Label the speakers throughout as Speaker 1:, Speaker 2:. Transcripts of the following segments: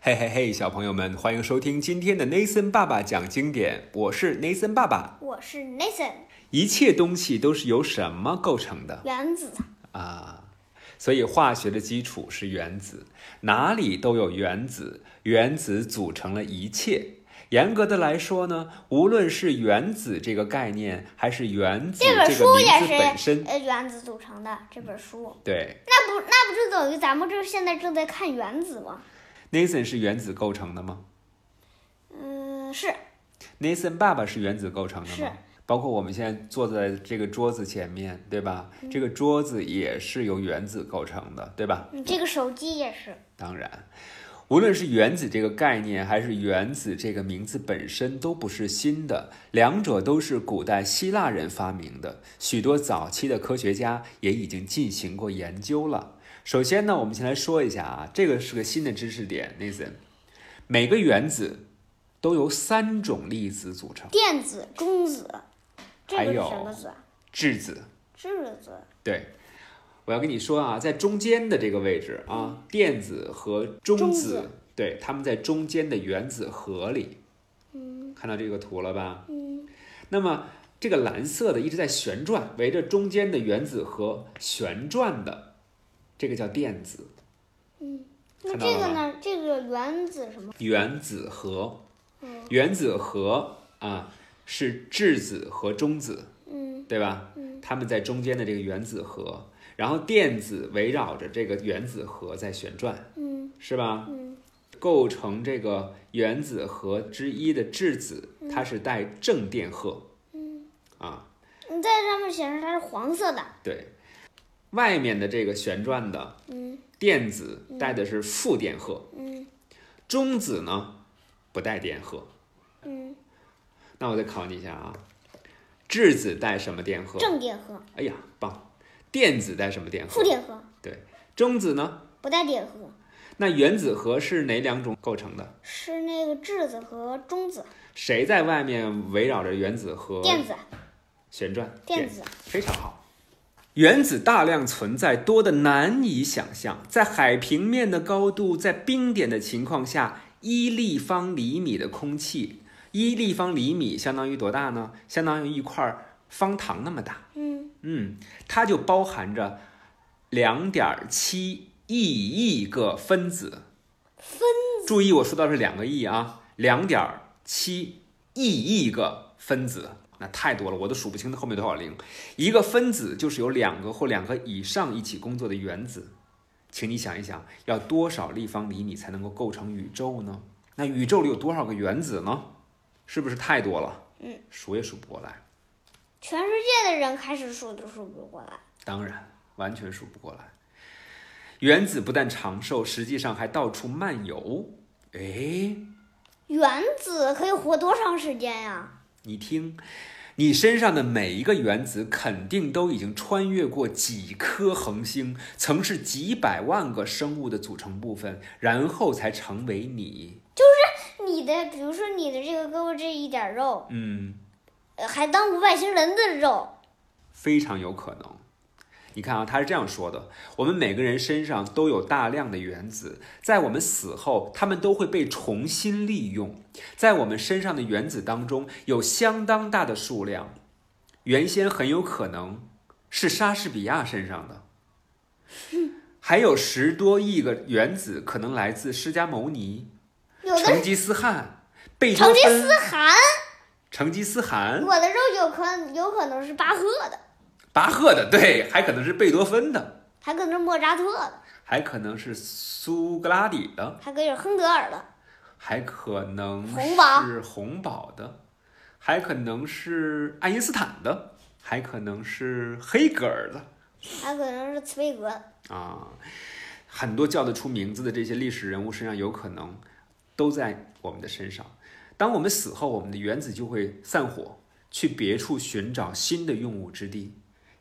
Speaker 1: 嘿嘿嘿，小朋友们，欢迎收听今天的 Nathan 爸爸讲经典，我是 Nathan 爸爸。
Speaker 2: 我是 Nathan，
Speaker 1: 一切东西都是由什么构成的
Speaker 2: 原子
Speaker 1: 啊？所以化学的基础是原子，哪里都有原子，原子组成了一切。严格的来说呢，无论是原子这个概念，还是原子
Speaker 2: 这本
Speaker 1: 个
Speaker 2: 书也
Speaker 1: 名字
Speaker 2: 是
Speaker 1: 本身，嗯
Speaker 2: 呃原子组成的这本书，
Speaker 1: 对，
Speaker 2: 那不那不就等于咱们这现在正在看原子吗？
Speaker 1: Nathan 是原子构成的吗
Speaker 2: 嗯，是
Speaker 1: ？Nathan 爸爸是原子构成的
Speaker 2: 是
Speaker 1: 吗？包括我们现在坐在这个桌子前面，对吧？这个桌子也是由原子构成的，对吧？
Speaker 2: 你这个手机也是，
Speaker 1: 当然，无论是原子这个概念，还是原子这个名字本身，都不是新的，两者都是古代希腊人发明的，许多早期的科学家也已经进行过研究了。首先呢，我们先来说一下啊，这个是个新的知识点，Nathan，每个原子都由三种粒子组成，
Speaker 2: 电子、中子，这
Speaker 1: 还
Speaker 2: 个是
Speaker 1: 有
Speaker 2: 什么子啊？
Speaker 1: 质子。
Speaker 2: 质子。
Speaker 1: 对，我要跟你说啊，在中间的这个位置啊，电子和中子，
Speaker 2: 中子
Speaker 1: 对，它们在中间的原子核里。嗯，看到这个图了吧？嗯，那么这个蓝色的一直在旋转，围着中间的原子核旋转的，这个叫电子，
Speaker 2: 那
Speaker 1: 看到了
Speaker 2: 这个呢？这个原子什么？
Speaker 1: 原子核。原子核啊，是质子和中子。
Speaker 2: 嗯，
Speaker 1: 对吧？它们在中间的这个原子核，然后电子围绕着这个原子核在旋转，嗯，是吧？嗯，构成这个原子核之一的质子，它是带正电荷，嗯，啊，
Speaker 2: 你在上面显示它是黄色的，
Speaker 1: 对，外面的这个旋转的，嗯，电子带的是负电荷，嗯，中子呢不带电荷，
Speaker 2: 嗯，
Speaker 1: 那我再考你一下啊，质子带什么电荷？
Speaker 2: 正电荷、
Speaker 1: 哎呀，棒！电子带什么电荷？
Speaker 2: 负电荷
Speaker 1: 中子呢？
Speaker 2: 不带电荷，
Speaker 1: 那原子核是哪两种构成的？
Speaker 2: 是那个质子和中子，
Speaker 1: 谁在外面围绕着原子核
Speaker 2: 电子、啊
Speaker 1: 旋转？
Speaker 2: 电子。
Speaker 1: 非常好。原子大量存在，多的难以想象。在海平面的高度，在冰点的情况下，一立方厘米的空气，一立方厘米相当于多大呢？相当于一块方糖那么大。
Speaker 2: 嗯
Speaker 1: 嗯，它就包含着两点七亿亿个分子。分子，注意我说到是两个亿啊，两点七亿亿个分子，那太多了，我都数不清它后面多少零。一个分子就是由两个或两个以上一起工作的原子。请你想一想，要多少立方厘米才能够构成宇宙呢？那宇宙里有多少个原子呢？是不是太多了？嗯，数也数不过来。
Speaker 2: 全世界的人开始数都数不过来。
Speaker 1: 当然，完全数不过来。原子不但长寿，实际上还到处漫游。哎，
Speaker 2: 原子可以活多长时间呀？
Speaker 1: 你听，你身上的每一个原子肯定都已经穿越过几颗恒星，曾是几百万个生物的组成部分，然后才成为你。
Speaker 2: 你的，比如说你的这个胳膊这一点肉，
Speaker 1: 嗯，
Speaker 2: 呃还当过外星人的肉。
Speaker 1: 非常有可能。你看啊，他是这样说的：我们每个人身上都有大量的原子，在我们死后，它们都会被重新利用。在我们身上的原子当中，有相当大的数量，原先很有可能是莎士比亚身上的，还有十多亿个原子可能来自释迦牟尼、
Speaker 2: 有的
Speaker 1: 成吉思汗、贝多芬、
Speaker 2: 是含
Speaker 1: 成吉思汗。
Speaker 2: 我的肉有可有可能是巴赫的，
Speaker 1: 巴赫的，对，还可能是贝多芬的，
Speaker 2: 还可能是莫扎特的，
Speaker 1: 还可能是苏格拉底的，
Speaker 2: 还可以是亨德尔的。
Speaker 1: 还可能
Speaker 2: 洪堡
Speaker 1: 是洪堡的，还可能是爱因斯坦的，还可能是黑格尔的
Speaker 2: 还可能是茨威格的，
Speaker 1: 啊，很多叫得出名字的这些历史人物身上有可能都在我们的身上。当我们死后，我们的原子就会散伙，去别处寻找新的用武之地。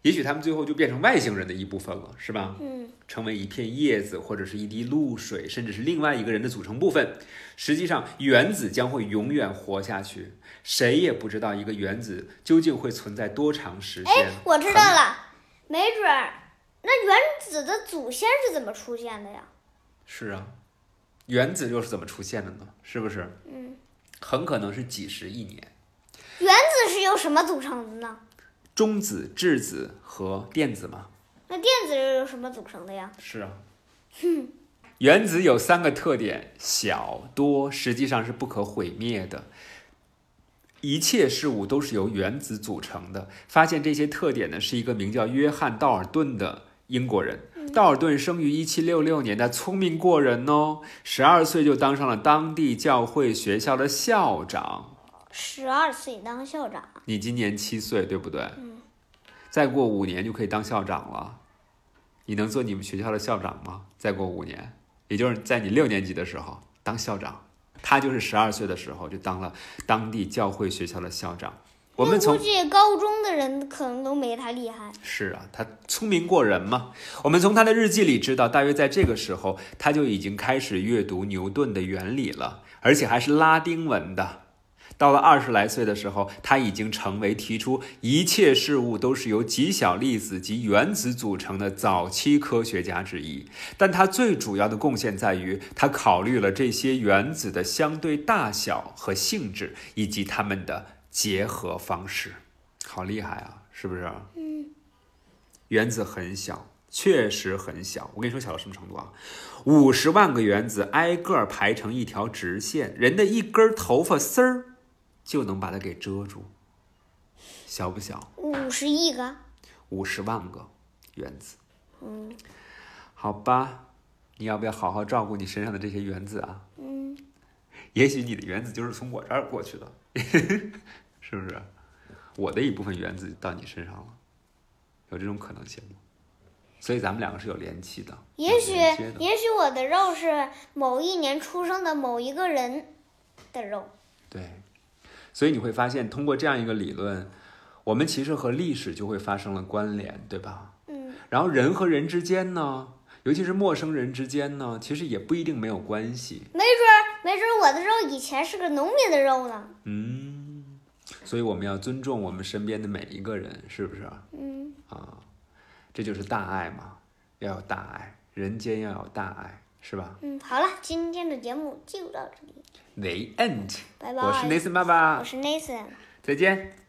Speaker 1: 也许他们最后就变成外星人的一部分了，是吧？
Speaker 2: 嗯，
Speaker 1: 成为一片叶子或者是一滴露水，甚至是另外一个人的组成部分。实际上，原子将会永远活下去。谁也不知道一个原子究竟会存在多长时间。
Speaker 2: 我知道了，没准儿那原子的祖先是怎么出现的呀？
Speaker 1: 是啊，原子又是怎么出现的呢？是不是？
Speaker 2: 嗯，
Speaker 1: 很可能是几十亿年，
Speaker 2: 原子是由什么组成的呢？
Speaker 1: 中子、质子和电子嘛。
Speaker 2: 那电子是由什么组成的呀？
Speaker 1: 是啊。原子有三个特点：小、多，实际上是不可毁灭的。一切事物都是由原子组成的。发现这些特点呢，是一个名叫约翰·道尔顿的英国人。道尔顿生于一七六六年，他聪明过人哦，十二岁就当上了当地教会学校的校长。
Speaker 2: 十二岁当校长，
Speaker 1: 你今年七岁，对不对？
Speaker 2: 嗯。
Speaker 1: 再过五年就可以当校长了。你能做你们学校的校长吗？再过五年，也就是在你六年级的时候当校长。他就是十二岁的时候就当了当地教会学校的校长。我们
Speaker 2: 那估
Speaker 1: 从
Speaker 2: 计高中的人可能都没他厉害。
Speaker 1: 是啊，他聪明过人嘛。我们从他的日记里知道，大约在这个时候，他就已经开始阅读牛顿的原理了，而且还是拉丁文的。到了二十来岁的时候，他已经成为提出一切事物都是由极小粒子及原子组成的早期科学家之一。但他最主要的贡献在于，他考虑了这些原子的相对大小和性质，以及它们的结合方式。好厉害啊，是不是？原子很小，确实很小。我跟你说小到什么程度啊？五十万个原子挨个儿排成一条直线，人的一根头发丝儿就能把它给遮住，小不小？
Speaker 2: 五十亿个，
Speaker 1: 五十万个原子。嗯，好吧，你要不要好好照顾你身上的这些原子啊？
Speaker 2: 嗯，
Speaker 1: 也许你的原子就是从我这儿过去的， 是不是？我的一部分原子到你身上了，有这种可能性吗？所以咱们两个是有联系的，
Speaker 2: 也许
Speaker 1: 有连接的
Speaker 2: 也许我的肉是某一年出生的某一个人的肉。
Speaker 1: 对。所以你会发现，通过这样一个理论，我们其实和历史就会发生了关联，对吧？
Speaker 2: 嗯，
Speaker 1: 然后人和人之间呢，尤其是陌生人之间呢，其实也不一定没有关系。
Speaker 2: 没准我的肉以前是个农民的肉呢。
Speaker 1: 嗯，所以我们要尊重我们身边的每一个人，是不是
Speaker 2: 嗯，
Speaker 1: 啊？这就是大爱嘛，要有大爱，人间要有大爱，是吧
Speaker 2: 嗯，好了，今天的节目就到这里，
Speaker 1: ？The end。
Speaker 2: 拜拜。
Speaker 1: 我是 Nathan 爸爸
Speaker 2: 我，是 Nathan。
Speaker 1: 再见。